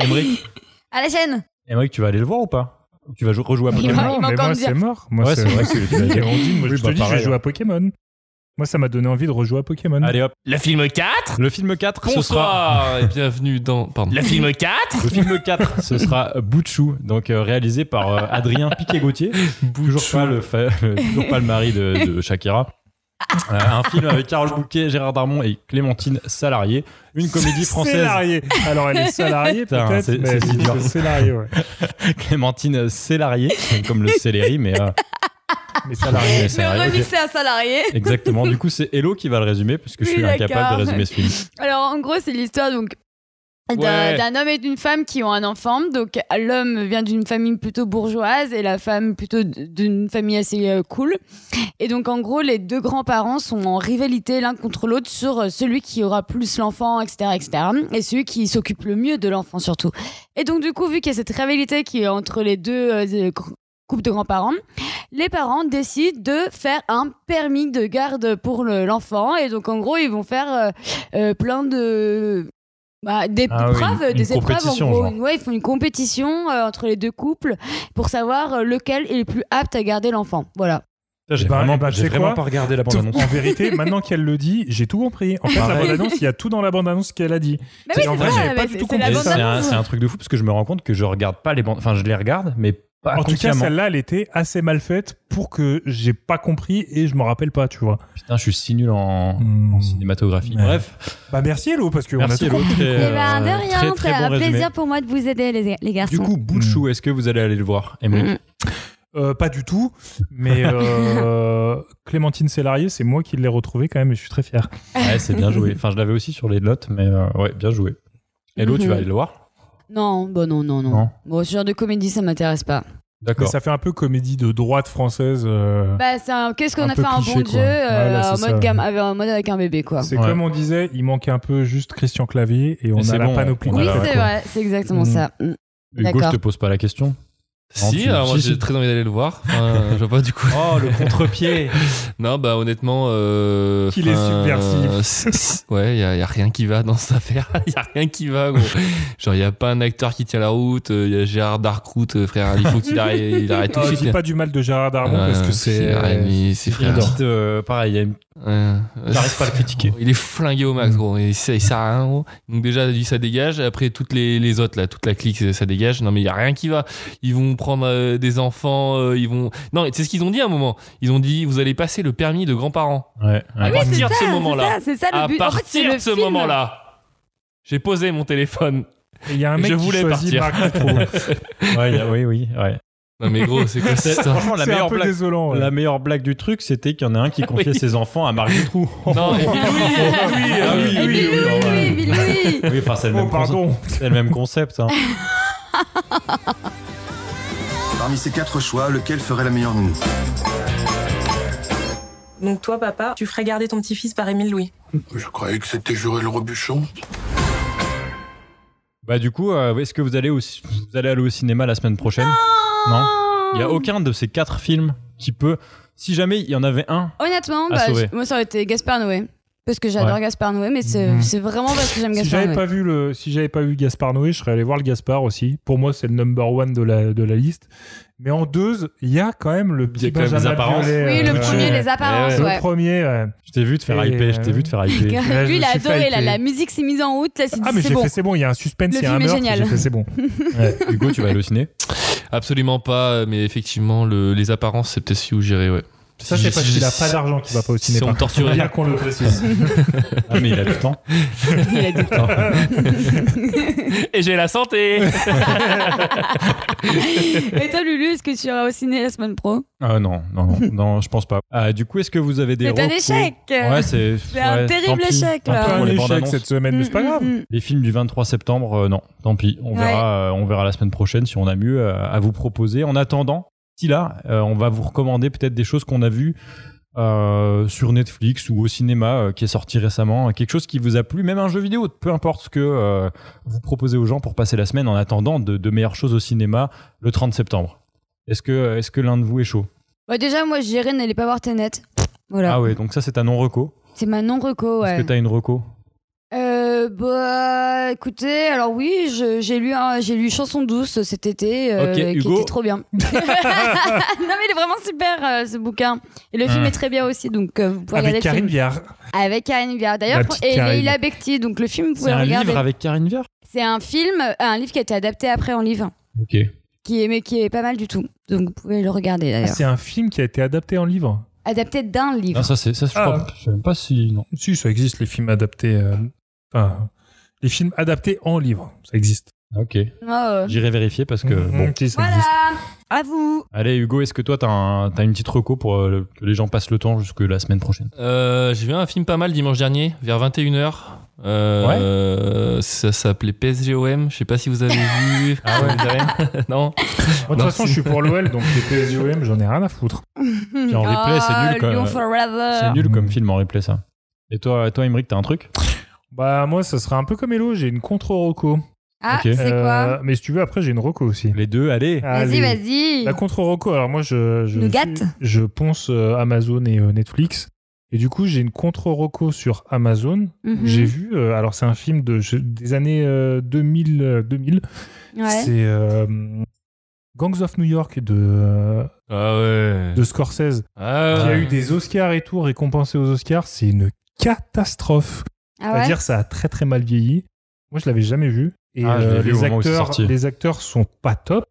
S6: Emmerich,
S9: à la chaîne.
S6: Emmerich, tu vas aller le voir ou pas Ou Tu vas jou- rejouer à
S9: Il
S7: Mais
S9: m'a-
S6: Pokémon
S9: il
S7: non,
S9: m'a
S7: mais
S9: encore
S7: moi,
S9: dit-
S7: c'est mort. Moi,
S6: Ouais, c'est vrai que tu l'as dit.
S7: Girondine, moi,
S6: Oui,
S7: je
S6: bah,
S7: te dis,
S6: pareil,
S7: je joue
S6: hein.
S7: à Pokémon. Moi, ça m'a donné envie de rejouer à Pokémon.
S6: Allez, hop.
S8: Le film 4
S6: Le film 4, ce sera.
S8: Bonsoir et bienvenue dans. Pardon. Le film 4
S6: Le film 4, ce sera Bouchou, donc euh, réalisé par euh, Adrien Piquet-Gauthier. Toujours pas, le fa- euh, toujours pas le mari de, de Shakira. Euh, un film avec Carole Bouquet, Gérard Darmon et Clémentine Salarié. Une comédie française.
S7: Salariée. Alors, elle est salariée,
S6: Putain,
S7: peut-être.
S6: c'est-
S7: mais
S6: c'est si dur.
S7: c'est Salariée, ouais.
S6: Clémentine Salarié, comme le céleri, mais. euh,
S7: Mais salariée.
S6: mais
S9: Mais
S6: salarié, ok.
S9: remixé à salarié.
S6: Exactement. Du coup, c'est Hello qui va le résumer, puisque je
S9: Oui,
S6: suis incapable
S9: d'accord.
S6: de résumer ce film.
S9: Alors en gros, c'est l'histoire donc d'un
S8: Ouais.
S9: d'un homme et d'une femme qui ont un enfant. Donc l'homme vient d'une famille plutôt bourgeoise et la femme plutôt d- d'une famille assez euh, cool. Et donc en gros, les deux grands-parents sont en rivalité l'un contre l'autre sur euh, celui qui aura plus l'enfant, etc., etc. Et celui qui s'occupe le mieux de l'enfant surtout. Et donc du coup, vu qu'il y a cette rivalité qui est entre les deux euh, euh, gr- couples de grands-parents, les parents décident de faire un permis de garde pour le- l'enfant. et donc en gros, ils vont faire euh, euh, plein de bah, des
S6: Ah oui,
S9: preuves,
S6: une
S9: des épreuves en
S6: compétition,
S9: gros.
S6: genre.
S9: Ouais, ils font une compétition euh, entre les deux couples pour savoir euh, lequel est le plus apte à garder l'enfant. Voilà.
S6: J'ai
S7: Eh ben,
S6: vraiment,
S7: eh ben,
S6: j'ai
S7: tu sais
S6: vraiment
S7: quoi
S6: pas regardé la
S7: Sauf
S6: bande-annonce.
S7: qu'en vérité, maintenant qu'elle le dit, j'ai tout compris. En fait, la
S6: Pareil.
S7: bande-annonce, il y a tout dans la bande-annonce qu'elle a dit.
S9: Mais Bah
S7: C'est-
S9: oui,
S7: en
S9: c'est
S7: vrai,
S9: ça,
S7: j'avais pas
S9: mais
S7: du
S9: c'est-
S7: tout
S9: c'est la
S6: Et
S7: compris.
S9: bande
S6: C'est un,
S9: annonce.
S6: c'est un truc de fou, parce que je me rends compte que je regarde pas les bandes. Enfin, je les regarde, mais pas
S7: En tout cas,
S6: consciemment.
S7: celle-là, elle était assez mal faite pour que j'ai pas compris et je m'en rappelle pas, tu vois.
S6: Putain, je suis si nul en, en cinématographie.
S7: Ouais.
S6: Bref,
S7: Hmm. Bah merci Hello parce qu'on a
S6: merci
S7: tout
S6: à l'autre.
S7: compris.
S6: Très,
S9: Eh ben, de
S6: euh,
S9: rien,
S6: très, très
S9: c'est un
S6: bon résumé.
S9: plaisir pour moi de vous aider, les, les garçons.
S6: Du coup, Bouchou, est-ce que vous allez aller le voir,
S9: Mm,
S6: Emery
S7: Euh, pas du tout, mais euh, Clémentine Sélarié, c'est moi qui l'ai retrouvée quand même et je suis très fier.
S6: Ouais, c'est bien joué. Enfin, je l'avais aussi sur les notes, mais euh, ouais, bien joué. Hello,
S9: Mm-hmm.
S6: tu vas aller le voir
S9: Non, bon, non, non, non.
S6: Non.
S9: Bon, ce genre de comédie, ça m'intéresse pas.
S7: Mais
S6: D'accord.
S7: ça fait un peu comédie de droite française. euh,
S9: Bah, c'est un. Qu'est-ce qu'on
S7: Un
S9: a
S7: peu
S9: fait un
S7: cliché,
S9: bon
S7: quoi.
S9: Dieu euh,
S7: Ouais, là,
S9: en,
S7: c'est
S9: mode
S7: ça.
S9: gamme- avec- en mode avec un bébé, quoi.
S7: c'est
S6: Ouais.
S7: comme on disait, il manque un peu juste Christian Clavier et on
S6: Et c'est
S7: a la
S6: bon,
S7: panoplie.
S6: on a
S9: Oui,
S6: la-
S9: c'est
S6: quoi.
S9: vrai, c'est exactement
S7: Mm.
S9: ça. Mm.
S6: Hugo, je
S9: D'accord.
S6: te pose pas la question. Non,
S8: Si,
S6: tu-
S8: alors moi
S6: si,
S8: j'ai
S6: si.
S8: très envie d'aller le voir. Enfin, je vois pas du coup.
S6: Oh, le contre-pied
S8: Non, bah honnêtement. Euh,
S7: Qu'il est
S8: enfin,
S7: subversif.
S8: euh, c- c- ouais, y a, y a rien qui va dans cette affaire. y a rien qui va, gros. Genre, y a pas un acteur qui tient la route. euh, Y a Gérard Darkroot, euh, frère. Il faut qu'il arrête, il arrête tout
S7: Ah,
S8: de
S7: je
S8: suite.
S7: dis pas du mal de Gérard Darmon
S8: Euh,
S7: parce que
S8: c'est
S7: c'est.
S8: vrai, mais c'est
S6: Il y a une
S8: frère.
S6: petite, euh, Pareil, il y a une-
S8: Ouais.
S6: j'arrive pas à le critiquer.
S8: Il est flingué au max, gros. Il, sert- il sert à rien, gros. Donc, déjà, lui, ça dégage. Après, toutes les, les autres, là, toute la clique, ça dégage. Non, mais il y a rien qui va. Ils vont prendre euh, des enfants. euh, ils vont. Non, c'est ce qu'ils ont dit à un moment. Ils ont dit vous allez passer le permis de grands-parents.
S6: Ouais, ouais.
S9: Ah Oui,
S8: À
S9: c'est
S8: partir de
S9: ça,
S8: ce
S9: c'est
S8: moment-là.
S9: ça, C'est ça, le
S8: À
S9: but. En fait, c'est
S8: partir
S9: le
S8: de ce
S9: film.
S8: moment-là, j'ai posé mon téléphone.
S7: Et Il y a un mec
S8: Je
S7: qui
S8: voulais
S7: choisit
S8: partir.
S7: Marc Dutroux.
S6: Ouais, il y a- oui, oui. ouais.
S8: Non, mais gros, c'est quoi
S6: C'est-
S8: ça
S6: Franchement, la
S7: C'est un
S6: meilleure,
S7: peu
S6: blague,
S7: désolant. ouais.
S6: la meilleure blague du truc, c'était qu'il y en a un qui confiait ses enfants à Marc Dutroux.
S8: Non, et puis, oui, oui,
S6: Ah
S9: Et
S8: euh,
S6: oui,
S9: Bilou,
S6: oui, oui,
S9: oui,
S6: oui.
S9: Bilou, oui.
S6: Oui, enfin, c'est le,
S7: Oh,
S6: même concept-
S7: pardon.
S6: c'est le même concept. hein.
S4: Parmi ces quatre choix, lequel ferait la meilleure nounou
S12: Donc toi, papa, tu ferais garder ton petit-fils par Émile Louis.
S4: Je croyais que c'était Joël Robuchon.
S6: Bah, du coup, euh, est-ce que vous allez, au- vous allez aller au cinéma la semaine prochaine Non Il y a aucun de ces quatre films qui peut. Si jamais il y en avait un.
S9: Honnêtement,
S6: À
S9: bah,
S6: sauver.
S9: je- moi ça aurait été Gaspard Noé. Parce que j'adore
S6: Ouais.
S9: Gaspard Noé, mais c'est
S7: Mhm.
S9: c'est vraiment parce que j'aime
S7: Si
S9: Gaspard
S7: j'avais
S9: Noé.
S7: pas vu le, si j'avais pas vu Gaspard Noé, je serais allé voir le Gaspard aussi. Pour moi, c'est le number one de la, de la liste. Mais en deux, il y a quand même le
S6: y
S7: petit
S6: a quand même
S7: Benjamin
S6: les apparences.
S7: Biolay,
S9: Oui, le premier, les
S7: euh, ouais.
S9: apparences,
S7: Le
S9: ouais.
S7: premier, ouais.
S6: Je t'ai vu te faire
S7: Et,
S6: hyper, je t'ai
S7: euh,
S6: vu te faire hyper.
S7: Là, je
S9: Lui, il a
S7: me suis fait
S9: adoré, la,
S7: hyper.
S9: la musique s'est mise en route, là, c'est
S7: Ah, mais j'ai
S9: bon.
S7: fait c'est bon, il y a un suspense,
S9: Le
S7: il y a un
S9: film est
S7: meurtre.
S9: génial.
S7: J'ai fait c'est bon.
S9: euh,
S6: Hugo, tu vas aller au ciné
S8: Absolument pas, mais effectivement, le- les apparences, c'est peut-être celui où j'irai, ouais.
S7: Ça,
S8: Si
S7: c'est
S8: je-
S7: parce
S8: si
S7: qu'il
S8: je-
S7: a pas d'argent qu'il va pas au ciné,
S8: Si on
S7: par
S8: me
S7: contre.
S8: torturait.
S7: Bien qu'on le précise.
S6: Ah, mais il a du temps.
S9: Il a dit
S8: Et j'ai la santé
S9: Et toi, Lulu, est-ce que tu iras au ciné la semaine pro
S6: Ah non, non, non, non, je pense pas. Ah, du coup, est-ce que vous avez des.
S9: C'est un
S6: recos
S9: échec.
S6: Ouais, c'est.
S9: C'est un
S6: ouais,
S9: terrible
S6: tant pis.
S9: échec,
S6: Tant
S9: là.
S6: pis pour
S7: Un
S6: les
S7: échec
S6: bandes annonces.
S7: cette semaine, mais c'est
S9: Mm,
S7: pas grave.
S6: Les films du 23 septembre, euh, non, tant pis. On
S9: Ouais.
S6: verra, euh, on verra la semaine prochaine si on a mieux euh, à vous proposer. En attendant, si là, euh, on va vous recommander peut-être des choses qu'on a vues euh, sur Netflix ou au cinéma euh, qui est sorti récemment, quelque chose qui vous a plu, même un jeu vidéo, peu importe ce que euh, vous proposez aux gens pour passer la semaine en attendant de, de meilleures choses au cinéma le 30 septembre. Est-ce que, euh, est-ce que l'un de vous est chaud
S9: Ouais, Bah, déjà, moi, je dirais n'allez pas voir Tenet. Voilà.
S6: Ah ouais, donc ça c'est un non-reco.
S9: C'est ma non-reco,
S6: Est-ce
S9: ouais.
S6: que t'as une reco
S9: Euh, bah, écoutez, alors oui, je- j'ai lu, un- j'ai lu Chanson douce cet été, euh,
S6: Ok,
S9: qui
S6: Hugo.
S9: était trop bien. non, mais il est vraiment super, euh, ce bouquin. Et le film
S7: Hum.
S6: Ah.
S9: est très bien aussi, donc euh, vous pouvez
S7: Avec
S9: regarder
S7: Karine
S9: le film.
S7: Viard.
S9: Avec Karine Viard. D'ailleurs,
S7: La
S9: pour-
S7: petite
S9: et
S7: Karine.
S9: Leila Bekti, donc le film, vous
S6: C'est
S9: pouvez
S6: un
S9: regarder.
S6: livre avec Karine Viard
S9: C'est un film, euh, un livre qui a été adapté après en livre,
S6: Ok.
S9: qui est, mais qui est pas mal du tout. Donc vous pouvez le regarder
S7: Ah,
S9: d'ailleurs.
S7: C'est un film qui a été adapté en livre.
S9: adapté d'un livre.
S6: Non, ça c'est ça
S9: Ah.
S6: je crois, je sais même pas si non.
S7: Si, ça existe, les films adaptés. euh, Enfin, les films adaptés en livre, ça existe.
S6: Ok.
S9: Ah, ouais.
S6: J'irai vérifier parce que
S7: Mhm,
S6: bon.
S7: si, ça
S9: Voilà,
S7: existe.
S9: à vous.
S6: Allez Hugo, est-ce que toi t'as un- t'as une petite reco pour euh, le- que les gens passent le temps jusque la semaine prochaine
S8: Euh, j'ai vu un film pas mal dimanche dernier, vers 21h. Euh, Ça s'appelait PSGOM. Je sais pas si vous avez vu.
S6: Ah ouais.
S8: Ça vous dit rien
S7: Moi, de
S8: non. Non,
S7: toute façon,
S8: si.
S7: je suis pour l'OL, donc les PSGOM, j'en ai rien à foutre.
S6: Puis en replay, c'est
S9: Ah,
S6: nul, quoi.
S9: Lyon
S6: C'est
S9: Forever.
S6: nul
S7: Mhm.
S6: comme film en replay ça. Et toi toi Emric, t'as un truc
S7: Bah, moi, ça sera un peu comme Elo, j'ai une contre-roco.
S9: Ah,
S6: Ok.
S9: c'est quoi
S7: Mais si tu veux, après, j'ai une roco aussi.
S6: Les deux, allez.
S9: Vas-y,
S7: Allez.
S9: vas-y.
S7: La contre-roco, alors moi, je, je,
S9: Nougat.
S7: suis- je ponce euh, Amazon et euh, Netflix. Et du coup, j'ai une contre-roco sur Amazon.
S9: Mhm.
S7: J'ai vu, euh, alors c'est un film de, je- des années euh, 2000, euh, 2000.
S9: Ouais.
S7: C'est euh, Gangs of New York de, euh,
S8: Ah ouais.
S7: de Scorsese,
S8: Ah
S7: qui
S8: ouais.
S7: a eu des Oscars et tout, récompensé aux Oscars. C'est une catastrophe.
S9: Ah ouais
S7: C'est-à-dire, ça a très très mal vieilli. Moi, je l'avais jamais vu. Et
S6: Ah, je l'ai
S7: euh,
S6: vu au
S7: les,
S6: moment où c'est
S7: acteurs,
S6: sorti.
S7: les acteurs sont pas top.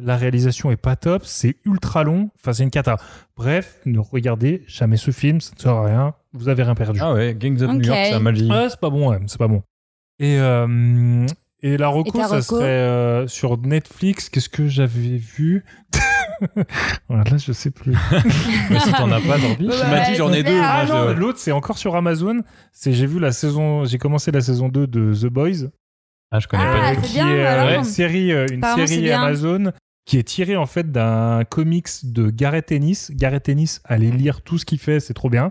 S7: La réalisation est pas top. C'est ultra long. Enfin, c'est une cata. Bref, ne regardez jamais ce film. Ça ne sert à rien. Vous avez rien perdu.
S6: Ah ouais, Gangs of
S9: Ok.
S6: New York, ça a mal vieilli.
S7: Ouais, c'est pas bon, ouais, c'est pas bon. Et, euh, et la reco,
S9: Et ta
S7: ça
S9: reco
S7: serait euh, sur Netflix. Qu'est-ce que j'avais vu Voilà, Là, je sais plus.
S6: Mais si t'en as pas, tant pis.
S9: Ouais,
S6: Tu m'as dit j'en ai
S9: Bah, c'est
S6: deux.
S9: clair.
S6: moi,
S7: Ah
S6: je-
S7: non, l'autre, c'est encore sur Amazon. C'est j'ai vu la saison, j'ai commencé la saison 2 de The Boys,
S6: Ah, je connais
S9: Ah,
S6: pas.
S9: c'est
S7: qui
S9: bien,
S7: est
S9: alors.
S7: une série, euh, une
S9: Apparemment, c'est
S7: série
S9: bien.
S7: Amazon qui est tirée en fait d'un comics de Gareth Ennis. Gareth Ennis, allez lire tout ce qu'il fait, c'est trop bien.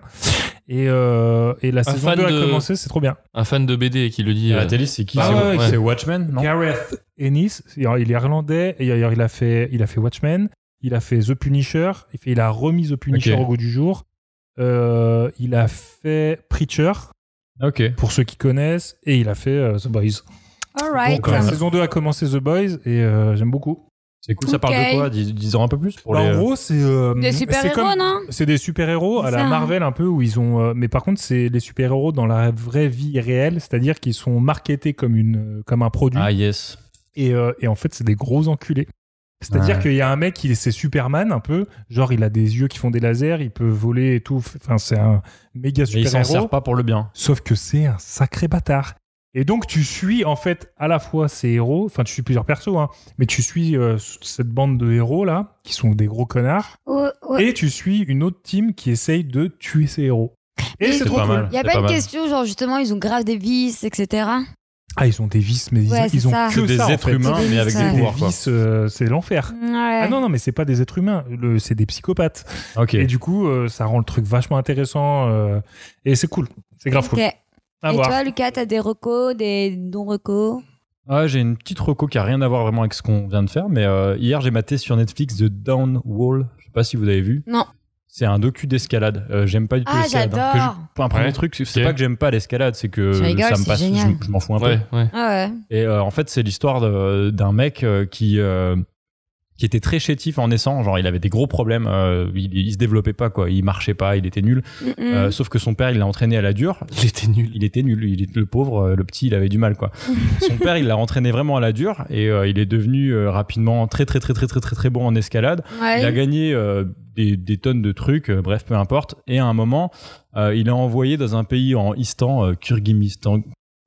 S7: Et, euh, et la saison
S8: fan
S7: 2 a
S8: de-
S7: commencé, c'est trop bien.
S8: Un fan de BD qui le dit.
S6: Et
S8: euh,
S6: La télé, c'est qui
S7: Bah
S6: C'est-
S7: ouais, ouais,
S6: C'est Watchmen Non.
S7: Gareth Ennis, il est irlandais, et d'ailleurs, il a fait, il a fait Watchmen, il a fait The Punisher, il, fait- il a remis The Punisher
S6: Ok.
S7: au goût du jour, Euh, il a fait Preacher,
S6: Ok.
S7: pour ceux qui connaissent, et il a fait euh, The Boys.
S9: Alright.
S7: Donc la saison 2 a commencé The Boys, et euh, j'aime beaucoup.
S6: C'est cool. Ça parle
S9: Ok.
S6: de quoi Dis- Dis-en un peu plus pour
S7: Bah,
S6: les.
S7: En gros, c'est... euh,
S9: Des
S7: c'est
S9: super-héros,
S7: comme-
S9: non hein.
S7: c'est des super-héros à
S9: C'est
S7: la
S9: ça.
S7: Marvel un peu où ils ont euh, mais par contre c'est les super-héros dans la vraie vie réelle c'est-à-dire qu'ils sont marketés comme une comme un produit
S6: Ah yes.
S7: et, euh, et en fait c'est des gros enculés. C'est-à-dire
S6: Ouais.
S7: qu'il y a un mec qui c'est Superman un peu, genre il a des yeux qui font des lasers, il peut voler et tout, enfin c'est un méga
S6: Mais il
S7: super
S6: s'en sert
S7: héros.
S6: pas pour le bien.
S7: Sauf que c'est un sacré bâtard. Et donc tu suis en fait à la fois ces héros, enfin tu suis plusieurs persos, hein, mais tu suis euh, cette bande de héros là qui sont des gros connards,
S9: Ouais, ouais.
S7: et tu suis une autre team qui essaye de tuer ces héros. Et
S9: Mais
S7: c'est
S9: c'est
S7: trop
S6: pas
S7: cool.
S6: mal.
S9: Y a
S6: C'est
S9: pas
S6: pas
S9: une
S6: mal.
S9: question, genre justement, ils ont grave des vices, etc.
S7: Ah ils ont des vices, mais ils-
S9: Ouais,
S7: ils,
S9: c'est
S7: ont
S9: ça.
S7: que
S6: C'est des
S7: ça, en
S6: êtres
S7: fait.
S6: humains,
S9: C'est
S6: mais avec
S9: ça.
S6: des
S7: Des
S6: pouvoirs, quoi.
S7: vices, euh, c'est l'enfer.
S9: Ouais.
S7: Ah non, non, mais c'est pas des êtres humains, le, c'est des psychopathes.
S6: Ok.
S7: Et du coup, euh, ça rend le truc vachement intéressant euh, et c'est cool. C'est grave
S9: Ok.
S7: cool.
S9: Et
S7: À voir.
S9: toi, Lucas, t'as des recos, des non-recos
S6: Ah, j'ai une petite reco qui a rien à voir vraiment avec ce qu'on vient de faire, mais euh, hier j'ai maté sur Netflix The Down Wall. Je sais pas si vous avez vu.
S9: Non.
S6: C'est un docu d'escalade. Euh, j'aime pas du tout
S9: Ah,
S6: l'escalade.
S9: j'adore.
S6: Que je- Un premier
S8: Ouais.
S6: truc, c'est c'est
S8: Ok.
S6: pas que j'aime pas l'escalade, c'est que
S9: Je
S6: ça
S9: rigole,
S6: me
S9: c'est
S6: passe. je-
S9: génial.
S6: Je, m'en fous un peu.
S8: Ouais, ouais.
S9: Ah ouais.
S6: Et euh, en fait, c'est l'histoire de- d'un mec euh, qui euh, qui était très chétif en naissant. Genre, il avait des gros problèmes. euh, il, il se développait pas, quoi. Il marchait pas. Il était nul.
S9: Mm-mm.
S6: Euh, sauf que son père, il l'a entraîné à la dure.
S8: Il était nul.
S6: Il était nul. Il est le pauvre, euh, le petit, il avait du mal, quoi. son père, il l'a entraîné vraiment à la dure et euh, il est devenu euh, rapidement très, très, très, très, très, très, très bon en escalade.
S9: Ouais.
S6: Il a gagné euh, des, des tonnes de trucs. euh, bref, peu importe. Et à un moment, euh, il est envoyé dans un pays en Istan, euh, Kyrgyzstan,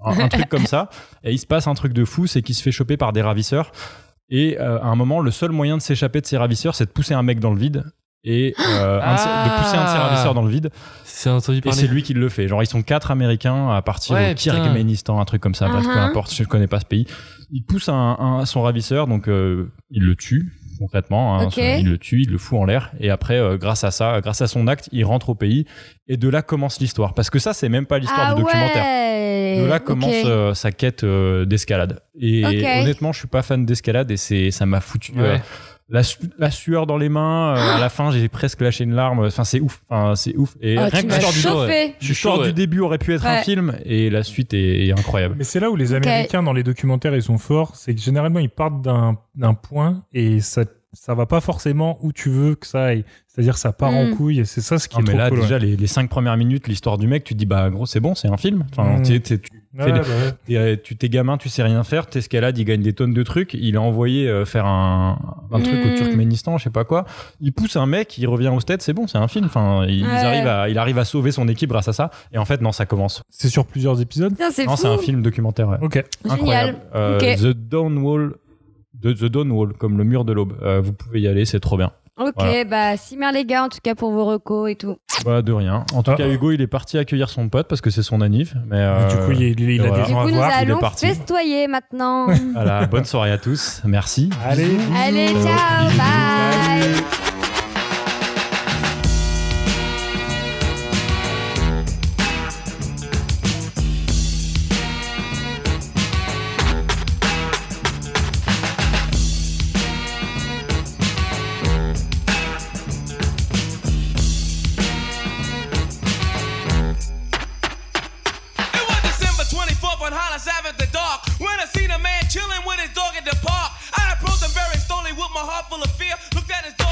S6: un, un truc comme ça. Et il se passe un truc de fou, c'est qu'il se fait choper par des ravisseurs. Et euh, à un moment, le seul moyen de s'échapper de ces ravisseurs, c'est de pousser un mec dans le vide. Et euh, un de ces- de pousser un de ces
S8: Ah.
S6: ravisseurs dans le vide.
S8: C'est entendu
S6: Et
S8: parler.
S6: c'est lui qui le fait. Genre, ils sont quatre Américains à partir
S8: Ouais,
S6: au
S8: putain.
S6: Kirghizanistan, un truc comme ça. Bref, peu
S9: Uh-huh.
S6: importe, je connais pas ce pays. Il pousse un, un- son ravisseur, donc euh, il le tue concrètement. hein.
S9: Ok.
S6: il le tue, il le fout en l'air. Et après, euh, grâce à ça, grâce à son acte, il rentre au pays. Et de là commence l'histoire. Parce que ça, c'est même pas l'histoire
S9: ah
S6: du documentaire.
S9: ouais.
S6: De là
S9: Ok.
S6: commence euh, sa quête euh, d'escalade. Et
S9: Ok.
S6: honnêtement, je suis pas fan d'escalade et c'est ça m'a foutu
S8: Ouais.
S6: euh, la, su- la sueur dans les mains. euh, à la fin, j'ai presque lâché une larme. Enfin, c'est ouf. Enfin, c'est ouf. Et
S9: Ah,
S6: rien
S9: tu
S6: que
S9: m'as
S6: l'histoire du
S9: chauffé.
S8: Je suis
S6: L'histoire
S8: chaud,
S6: du
S8: ouais.
S6: début aurait pu être un
S9: Ouais.
S6: film et la suite est, est incroyable.
S7: Mais c'est là où les
S9: Ok.
S7: Américains dans les documentaires ils sont forts, c'est que généralement ils partent d'un d'un point et ça ça va pas forcément où tu veux que ça aille. C'est-à-dire ça part en
S9: Mm.
S7: couille et c'est ça ce qui
S6: Non,
S7: est
S6: Ah, mais
S7: trop
S6: là,
S7: cool.
S6: déjà,
S7: ouais.
S6: les, les cinq premières minutes, l'histoire du mec, tu te dis, bah, gros, c'est bon, c'est un film. Enfin,
S7: Mm.
S6: t'es- t'es- tu
S7: Ouais,
S6: fais des-
S7: bah ouais.
S6: t'es- euh, tu- t'es gamin, tu sais rien faire, t'escalades, il gagne des tonnes de trucs. Il est envoyé euh, faire un, un truc
S9: Mm.
S6: au Turkménistan, je sais pas quoi. Il pousse un mec, il revient au stade, c'est bon, c'est un film. Enfin, il, ils
S9: Ouais.
S6: arrivent à, il arrive à sauver son équipe grâce à ça. Et en fait, non, ça commence.
S7: C'est sur plusieurs épisodes.
S9: Putain, c'est
S6: Non,
S9: fou.
S6: c'est un film documentaire. ouais.
S7: Ok.
S9: Génial.
S6: Incroyable. Euh,
S9: Ok.
S6: The Dawn Wall, de The Dawn Wall, comme le mur de l'aube. Euh, vous pouvez y aller, c'est trop bien.
S9: Ok,
S6: Voilà.
S9: bah, si bien les gars, en tout cas pour vos recos et tout.
S6: Bah, de rien. En tout
S7: Ah.
S6: cas, Hugo, il est parti accueillir son pote parce que c'est son anniv. Mais euh,
S7: du coup il, il a
S6: voilà.
S7: des
S9: Du
S7: gens
S9: coup,
S7: à
S9: nous
S7: voir.
S6: il est
S9: allons
S6: parti.
S9: festoyer maintenant.
S6: voilà, bonne soirée à tous. Merci.
S7: Allez.
S9: Allez,
S6: Ciao.
S9: ciao,
S6: Bisous.
S9: bye.
S4: It was December 24th on Hollis Ave at the dark when I seen a man chilling with his dog at the park. I approached him very slowly with my heart full of fear. Looked at his dog.